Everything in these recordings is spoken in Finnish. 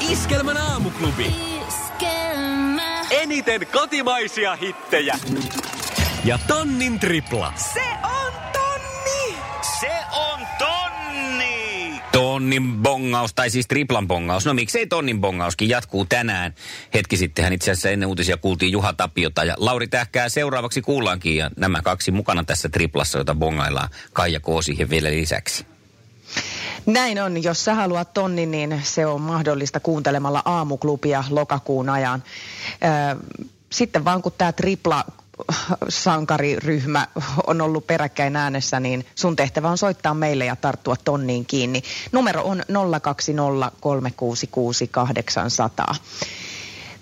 Iskelmän aamuklubi. Iskelmä. Eniten kotimaisia hittejä. Ja tonnin tripla. Se on tonni! Se on tonni! Tonnin bongaus, tai siis triplan bongaus. No miksei tonnin bongauskin jatkuu tänään. Hetki sittenhän itse asiassa ennen uutisia kuultiin Juha Tapiota ja Lauri Tähkää seuraavaksi kuullaankin. Ja nämä kaksi mukana tässä triplassa, jota bongaillaan. Kaija Koo siihen vielä lisäksi. Näin on. Jos sä haluat tonnin, niin se on mahdollista kuuntelemalla aamuklubia lokakuun ajan. Ö, Sitten vaan kun tämä tripla sankariryhmä on ollut peräkkäin äänessä, niin sun tehtävä on soittaa meille ja tarttua tonniin kiinni. Numero on 020366800.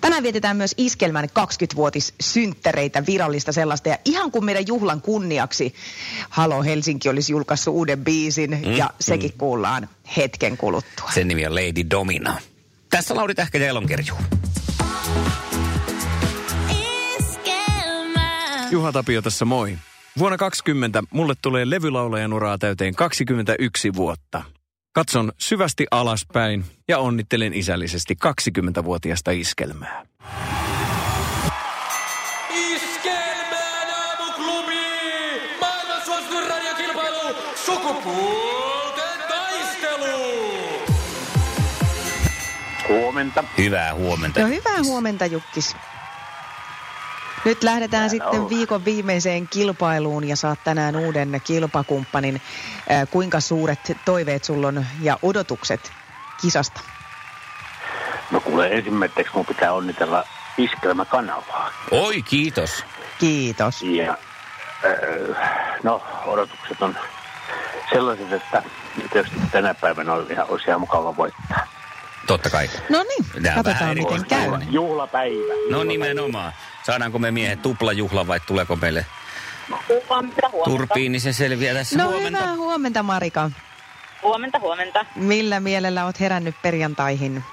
Tänään vietetään myös Iskelmän 20-vuotissynttäreitä, virallista sellaista. Ja ihan kun meidän juhlan kunniaksi Halo Helsinki olisi julkaissut uuden biisin, mm, ja sekin mm. kuullaan hetken kuluttua. Sen nimi on Lady Domina. Tässä Lauri Tähkä ja Elonkerju. Iskelmä. Juha Tapio tässä moi. Vuonna 20 mulle tulee levylaulajan uraa täyteen 21 vuotta. Katson syvästi alaspäin ja onnittelen isällisesti 20-vuotiasta iskelmää. Iskelmään aamuklubi! Maailman suosituin radiokilpailu! Sukupuolten taistelu! Huomenta. Hyvää huomenta. No hyvää huomenta Jukkis. Nyt lähdetään sitten viikon viimeiseen kilpailuun ja saat tänään uuden kilpakumppanin. Äh, Kuinka suuret toiveet sulla on ja odotukset kisasta? No kuule, ensimmäiseksi mun pitää onnitella iskelmäkanavaa. Oi, kiitos. Kiitos. Ja öö, no, odotukset on sellaiset, että tietysti tänä päivänä on ihan, olisi ihan mukava voittaa. Totta kai. No niin, Nää on vähän katsotaan miten erikoista. käy. Niin. Juhlapäivä. No nimenomaan. Saadaanko me miehet tuplajuhla vai tuleeko meille Huomenta, huomenta. turpiin, niin se selviää tässä No huomenta. hyvää huomenta Marika. Huomenta, huomenta. Millä mielellä oot herännyt perjantaihin?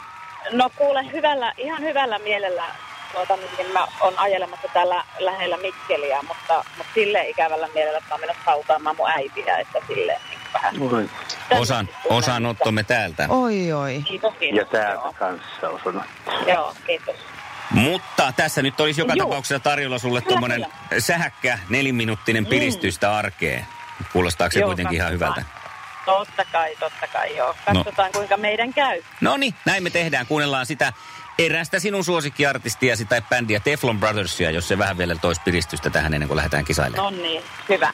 No kuule, hyvällä, ihan hyvällä mielellä tuota, niin mä oon ajelemassa täällä lähellä Mikkeliä, mutta, mutta sille ikävällä mielellä, että mä oon menossa hautaamaan mun äitiä, että sille niin vähän. Noin. Osan, osanottomme täältä. Oi oi. Kiitos, kiitos. Ja täältä Joo, kanssa osunut. joo kiitos. Mutta tässä nyt olisi joka Juu. tapauksessa tarjolla sulle Kyllä, tuommoinen sähäkkä neliminuuttinen piristystä arkeen. Kuulostaako se Joo, kuitenkin ihan katsotaan. hyvältä? Totta kai, totta kai, joo. Katsotaan, no. kuinka meidän käy. No niin, näin me tehdään. Kuunnellaan sitä erästä sinun suosikkiartistiasi tai bändiä Teflon Brothersia, jos se vähän vielä toisi piristystä tähän ennen kuin lähdetään kisailemaan. No niin, hyvä.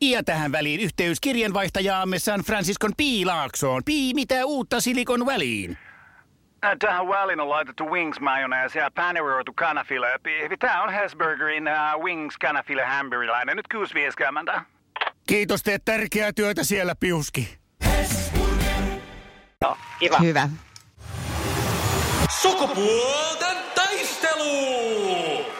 Ja tähän väliin yhteys kirjanvaihtajaamme San Franciscon Piilaaksoon. Pii, mitä uutta Silikon väliin? Äh, Tähän väliin on laitettu wings mayonnaise ja paneroitu kanafila. Tämä on Hesburgerin uh, wings kanafila hamburilainen. Nyt 6.50. Kiitos, teet tärkeää työtä siellä, Piuski. Kiva. Hyvä. Sukupuolten taistelu!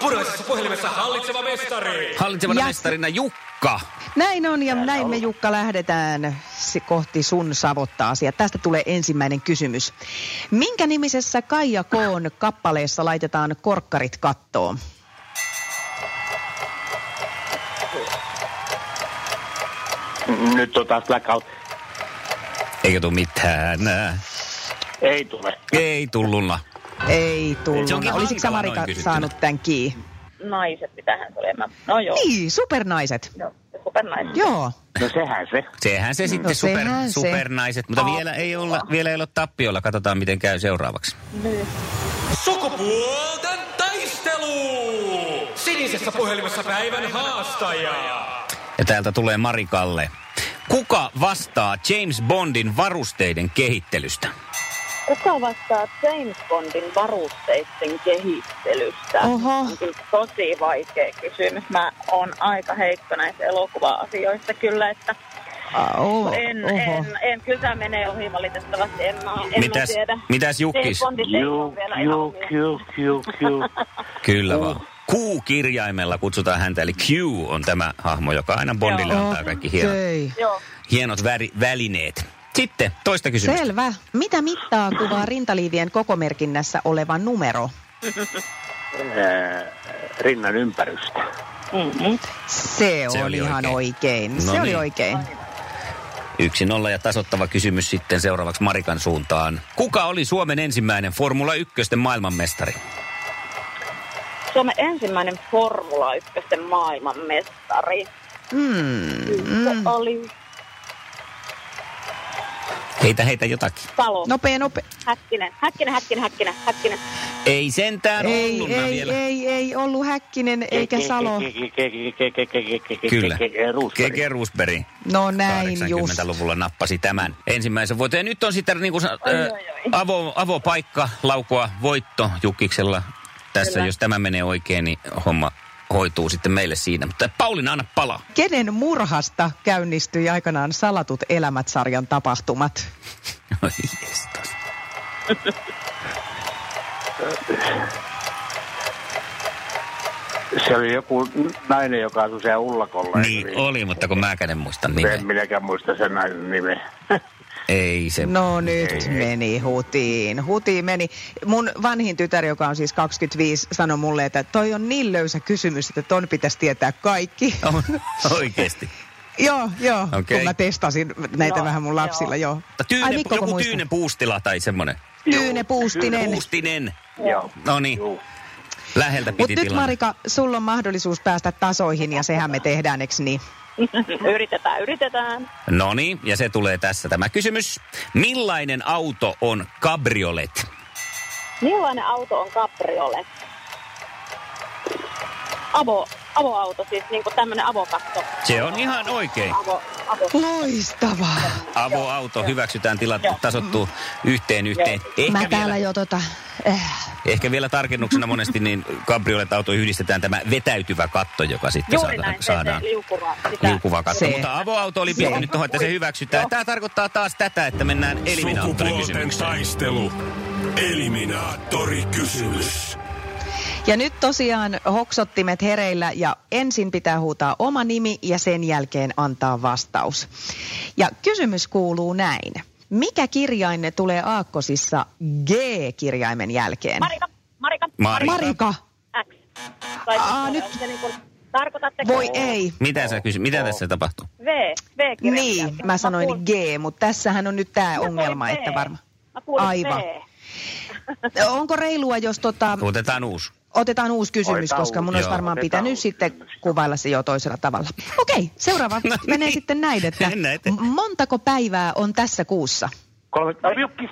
Punaisessa puhelimessa hallitseva mestari! Hallitsevana Ja- mestarina Jukka. Näin on ja näin me Jukka lähdetään si- kohti sun savotta-asiaa. Tästä tulee ensimmäinen kysymys. Minkä nimisessä Kaija Koon kappaleessa laitetaan korkkarit kattoon? Mm, Nyt tota, on taas blackout. Eikä tule mitään. nää. Ei tule. Ei tullulla. Ei Se tullut. onkin Olisitko sä hankala noin Marika kysyttynä. saanut tämän kiinni? Naiset, mitähän se oli. Mä- No joo. Niin, supernaiset. Joo, sitten supernainen. Joo. No sehän se. Sehän se sitten super, No sehän se. supernaiset, mutta vielä ei, olla, vielä ei olla tappiolla. Katsotaan, miten käy seuraavaksi. Sukupuolten taistelu! Sinisessä puhelimessa päivän haastaja. Ja täältä tulee Marikalle. Kuka vastaa James Bondin varusteiden kehittelystä? Kuka vastaa James Bondin varusteiden kehittelystä? Oho. On kyllä tosi vaikea kysymys. Mä oon aika heikko näissä elokuva-asioissa kyllä, että Ah, oo- en, Oho. en, en, kyllä tämä menee ohi valitettavasti. En mä, en Mitäs, mä tiedä. mitäs Jukkis? James Bondit ei ole Juu, vielä juu, ihan juu, juu, juu. Kyllä vaan. Q-kirjaimella kutsutaan häntä, eli Q on tämä hahmo, joka aina Bondille Joo. antaa kaikki hienot, Okei. Joo. hienot väri, välineet. Sitten toista kysymystä. Selvä. Mitä mittaa kuvaa rintaliivien kokomerkinnässä oleva numero? Ää, Rinnan ympärystä. Se, Se on oli oikein. ihan oikein. No Se oli niin. oikein. Yksi nolla ja tasottava kysymys sitten seuraavaksi Marikan suuntaan. Kuka oli Suomen ensimmäinen Formula 1 maailmanmestari? Suomen ensimmäinen Formula 1 maailmanmestari. Mm. Se oli Heitä heitä jotakin. Salo. Nopea, nopea. Häkkinen, häkkinen, häkkinen, häkkinen, häkkinen. Ei sentään Ei, ollutna ei, vielä. ei, ei ollut Häkkinen eikä Salo. Kyllä. Ruuskari. Keke Roosberg No näin just. 80-luvulla nappasi tämän ensimmäisen voiton. Ja nyt on sitten niin kuin, sa- Oi, ö, oi, oi. avo, avopaikka, laukoa, voitto Jukiksella. Tässä, Kyllä. jos tämä menee oikein, niin homma hoituu sitten meille siinä. Mutta Pauliina, anna palaa. Kenen murhasta käynnistyi aikanaan Salatut elämät-sarjan tapahtumat? Oi jestas. Se oli joku nainen, joka asui siellä ullakolla. Niin oli, Niin. mutta kun mäkään en muista nimeä. En minäkään muista sen naisen nimeä. Ei se. No nyt meni hutiin. Hutiin meni. Mun vanhin tytär, joka on siis 25, sanoi mulle, että toi on niin löysä kysymys, että ton pitäisi tietää kaikki. On, oikeesti. joo, joo. No. Okei. Kun mä testasin näitä No, vähän mun lapsilla, joo. Mutta Tyyne, Mikko, kun joku muistat. Tyyne Puustila tai semmoinen. Tyyne Puustinen. Puustinen. Joo. No niin, Juu. läheltä piti Mutta nyt tilanne. Marika, sulla on mahdollisuus päästä tasoihin ja sehän me tehdään, eks niin? Yritetään, yritetään. No niin, ja se tulee tässä tämä kysymys. Millainen auto on kabriolet? Millainen auto on kabriole? Avo, avoauto, siis niinku tämmönen avokatto. Se on ihan oikein. Avo, avo. Loistavaa. Avoauto hyväksytään tila Joo. tasottuu yhteen yhteen. Ehkä Mä täällä vielä, jo tota... Äh. ehkä vielä tarkennuksena monesti niin kabriolet-auto yhdistetään tämä vetäytyvä katto, joka sitten Juuri saadaan, näin, se, saadaan. se liukuva. Sitä. liukuva katto. Se. Mutta avoauto oli pistänyt tuohon, että se hyväksytään. Tämä tarkoittaa taas tätä, että mennään Sukupuolten eliminaattorikysymykseen. taistelu. Eliminaattorikysymys. Ja nyt tosiaan hoksottimet hereillä ja ensin pitää huutaa oma nimi ja sen jälkeen antaa vastaus. Ja kysymys kuuluu näin. Mikä kirjain tulee aakkosissa G-kirjaimen jälkeen? Marika, Marika, Marika. Marika. X. Tai Aa, onko nyt- se niinku, tarkoitatteko? Voi ei. Mitä sä kysy? Mitä tässä tapahtuu? V, v kirjan Niin, jälkeen. mä sanoin kuulin- G, mutta tässähän on nyt tämä mä kuulin ongelma, V. että varma. Mä kuulin Aivan. V. Onko reilua, jos tota, Otetaan uusi. otetaan uusi kysymys, Otetaan koska mun uusi, olisi joo. varmaan Otetaan pitänyt uusi sitten kysymys, joo. kuvailla se jo toisella tavalla. Okei, seuraava No menee niin. sitten näin, että Mennään eteenpäin. m- montako päivää on tässä kuussa? Kolme, no, jukkis.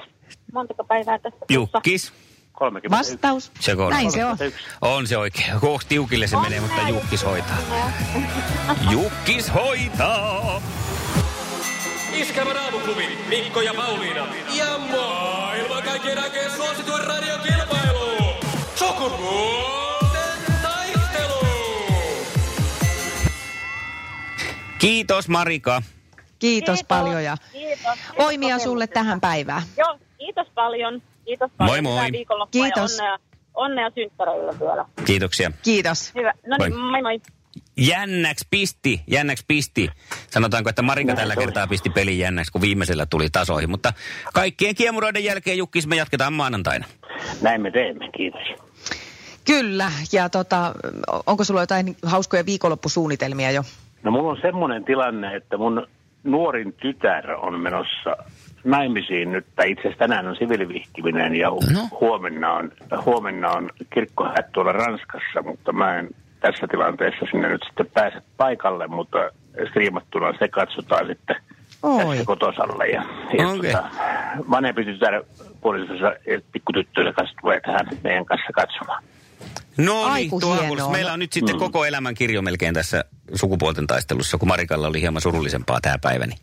Montako päivää tässä kuussa? Jukkis. 31. Vastaus? Se on. Näin se on. On se oikein. Koh tiukille se menee, mutta Jukkis hoitaa. Jukkis hoitaa! Iskävä raamuklubi, Mikko ja Pauliina. Ja maailman kaikkien aikeen suosituen radiokilpailu. Sukupuolten taistelu. Kiitos Marika. Kiitos paljon ja Kiitos. voimia Kiitos sulle kokemuksesta. tähän päivään. Joo, kiitos paljon. Kiitos paljon. Moi moi. Hyvää viikonloppua Kiitos. Ja onnea, onnea synttäreillä vielä. Kiitoksia. Kiitos. Hyvä. No niin, Moi. moi moi. Jännäks pisti, jännäks pisti. Sanotaanko, että Marika tällä kertaa pisti pelin jännäksi, kun viimeisellä tuli tasoihin. Mutta kaikkien kiemuroiden jälkeen Jukkis me jatketaan maanantaina. Näin me teemme, kiitos. Kyllä, ja tota, onko sulla jotain hauskoja viikonloppusuunnitelmia jo? No mulla on semmoinen tilanne, että mun nuorin tytär on menossa naimisiin nyt, tai itse asiassa tänään on siviilivihkiminen ja hu- No. huomenna on, huomenna on kirkkohäät tuolla Ranskassa, mutta mä en tässä tilanteessa sinne nyt sitten pääse paikalle, mutta striimattuna. Se katsotaan sitten Oi. tässä kotosalla. Ja, ja Okei. tota, vanhempi tytär puolisonsa ja pikkutyttöiden kanssa tulee tähän meidän kanssa katsomaan. No niin, Aiku tuohan hienoa. kuulostaa. Meillä on nyt sitten mm. Mm. koko elämän kirjo melkein tässä sukupuolten taistelussa, kun Marikalla oli hieman surullisempaa tämä päivä. Niin.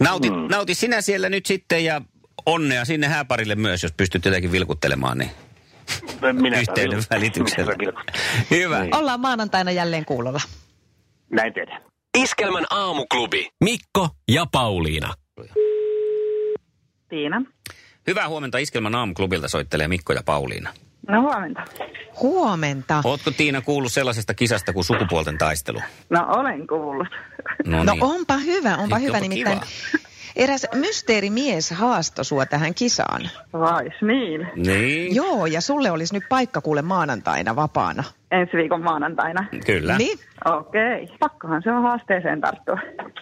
Nauti, mm. nauti sinä siellä nyt sitten ja onnea sinne hääparille myös, jos pystyt jotenkin vilkuttelemaan, niin Minä yhteyden välityksellä. Hyvä. Niin. Ollaan maanantaina jälleen kuulolla. Näin tehdään. Iskelmän aamuklubi. Mikko ja Pauliina. Tiina. Hyvää huomenta Iskelman aamuklubilta soittelee Mikko ja Pauliina. No huomenta. Huomenta. Ootko Tiina kuullut sellaisesta kisasta kuin sukupuolten taistelu? No olen kuullut. No, No niin. onpa hyvä, onpa Nyt hyvä onpa nimittäin. kiva. Eräs mysteerimies haasto sua tähän kisaan. Vais niin. niin. Joo, ja sulle olisi nyt paikka kuule maanantaina vapaana. Ensi viikon maanantaina. Kyllä. Niin, Okei. Okay. Pakkohan se on haasteeseen tarttua.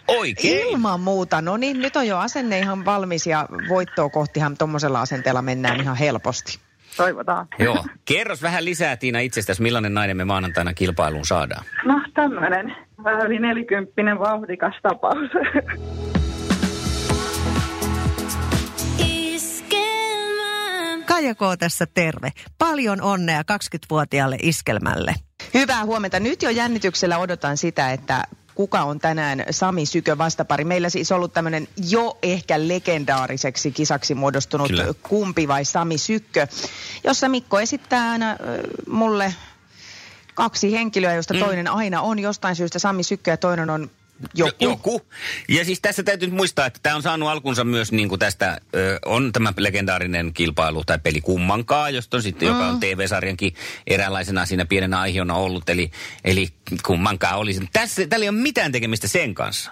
Oikein. ilman muuta. No niin, nyt on jo asenne ihan valmis ja voittoa kohtihan tuommoisella asenteella mennään ihan helposti. Toivotaan. Joo. Kerros vähän lisää Tiina itsestäsi, millainen nainen me maanantaina kilpailuun saadaan. No tämmönen vähän yli nelikymppinen vauhdikas tapaus. Iskelmä. Kaija K. tässä terve. Paljon onnea 20-vuotiaalle iskelmälle. Hyvää huomenta. Nyt jo jännityksellä odotan sitä, että kuka on tänään Sami Sykö vastapari. Meillä siis ollut tämmöinen jo ehkä legendaariseksi kisaksi muodostunut Kyllä. Kyllä. Kumpi vai Sami Sykkö, jossa Mikko esittää aina äh, mulle kaksi henkilöä, josta mm. toinen aina on jostain syystä Sami Sykkö ja toinen on joku. Jo- joku. Ja siis tässä täytyy nyt muistaa, että tämä on saanut alkunsa myös niin kuin tästä, ö, on tämä legendaarinen kilpailu tai peli kummankaan, josta on sitten, mm. joka on TV-sarjankin eräänlaisena siinä pienenä aiheena ollut, eli, eli kummankaan olisi. Tässä, tällä ei ole mitään tekemistä sen kanssa.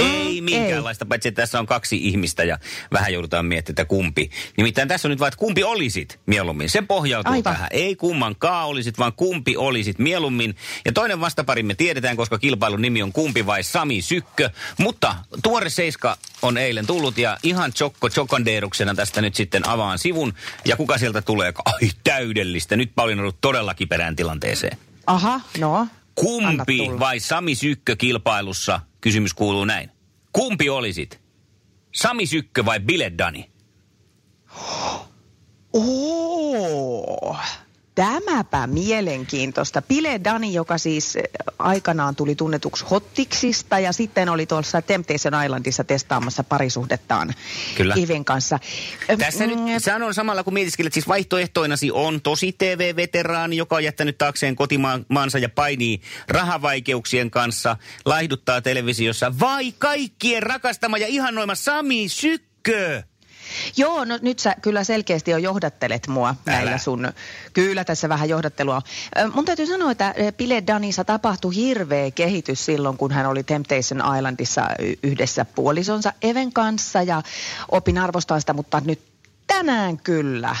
Mm, Ei minkäänlaista, ei. paitsi että tässä on kaksi ihmistä ja vähän joudutaan miettimään, että kumpi. Nimittäin tässä on nyt vaan, että kumpi olisit mieluummin. Se pohjautuu Aivan. tähän. tuota, Ei kummankaan olisit, vaan kumpi olisit mieluummin. Ja toinen vastapari me tiedetään, koska kilpailun nimi on kumpi vai Sami Sykkö. Mutta tuore seiska on eilen tullut ja ihan chokko chokondeeruksena tästä nyt sitten avaan sivun. Ja kuka sieltä tulee? Ai täydellistä. Nyt mä olin ollut todella kiperään tilanteeseen. Aha, no. Anna Kumpi tulla. vai Sami Sykkö kilpailussa? Kysymys kuuluu näin. Kumpi olisit? Sami Sykkö vai Biledani? Oo, tämäpä mielenkiintoista. Pile Dani, joka siis eh, aikanaan tuli tunnetuksi Hottiksista ja sitten oli tuossa Temptation Islandissa testaamassa parisuhdettaan Kyllä. Even kanssa. mm, Ö, Tässä nyt sanon samalla, kun mietiskelet, siis vaihtoehtoinasi on tosi TV-veteraani, joka on jättänyt taakseen kotimaansa ja painii rahavaikeuksien kanssa, laihduttaa televisiossa, vai kaikkien rakastama ja ihanoima Sami Sykkö? Joo, no nyt sä kyllä selkeästi jo johdattelet mua Älä. Älä. näillä sun... Kyllä tässä vähän johdattelua on. Ö, Mun täytyy sanoa, että ö, Pile Danissa tapahtui hirveä kehitys silloin, kun hän oli Temptation Islandissa y- yhdessä puolisonsa Even kanssa ja opin arvostaa sitä, mutta nyt tänään kyllä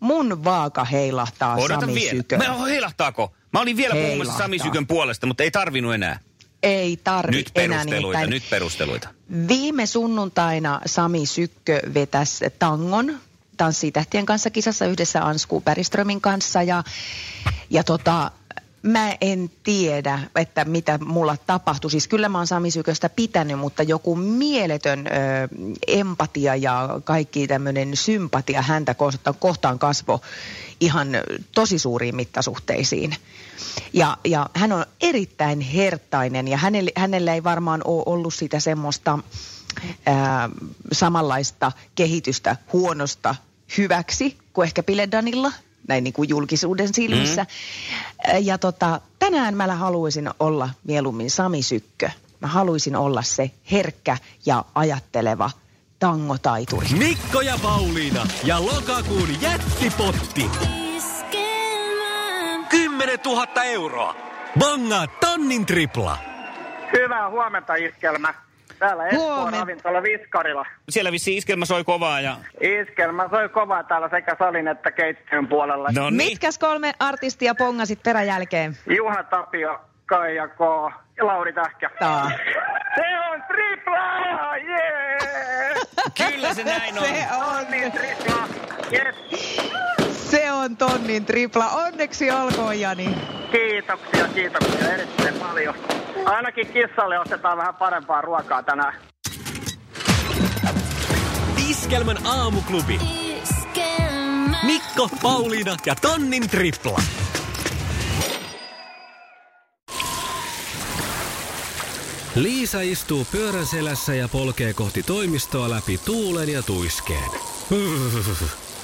mun vaaka heilahtaa Sami vielä. Sykö. Mä, oh, heilahtaako? Mä olin vielä puhumassa Heilahtaa. Sami Sykön puolesta, mutta ei tarvinnut enää. Ei tarvi Nyt enää perusteluita, nimittäin. nyt perusteluita. Viime sunnuntaina Sami Sykkö vetäsi tangon tanssitähtien kanssa kisassa yhdessä Ansku Päriströmin kanssa ja, ja tota, mä en tiedä, että mitä mulla tapahtui. Siis kyllä mä oon Sami Syköstä pitänyt, mutta joku mieletön ö, empatia ja kaikki tämmöinen sympatia häntä kohta- kohtaan kasvo ihan ö, tosi suuriin mittasuhteisiin. Ja, ja hän on erittäin hertainen ja hänelle, hänellä ei varmaan ole ollut sitä semmoista ää, samanlaista kehitystä huonosta hyväksi kuin ehkä Piledanilla, näin niin kuin julkisuuden silmissä. Mm-hmm. Mm. Ja tota, tänään mä haluaisin olla mieluummin Sami Sykkö. Mä haluaisin olla se herkkä ja ajatteleva tangotaituri. Mikko ja Pauliina ja lokakuun jättipotti. Iskelmä. 10 000 euroa. Bonga tonnin tripla. Hyvää huomenta Iskelmä. Täällä Espoon Huomenta. ravintola Viskarilla. Siellä vissiin iskelmä soi kovaa ja... Iskelmä soi kovaa täällä sekä salin että keittiön puolella. No niin. Mitkäs kolme artistia pongasit peräjälkeen? Juha Tapio, Kaija K. ja Lauri Tähkä. Tää. Se on triplaa! Jee! Kyllä se näin on. Se on. Yes. Se Se on tonnin tripla. Onneksi olkoon, Jani. Kiitoksia, kiitoksia erittäin paljon. Ainakin kissalle ostetaan vähän parempaa ruokaa tänään. Iskelmän aamuklubi. Mikko, Pauliina ja Tonnin tripla. Liisa istuu pyörän selässä ja polkee kohti toimistoa läpi tuulen ja tuiskeen.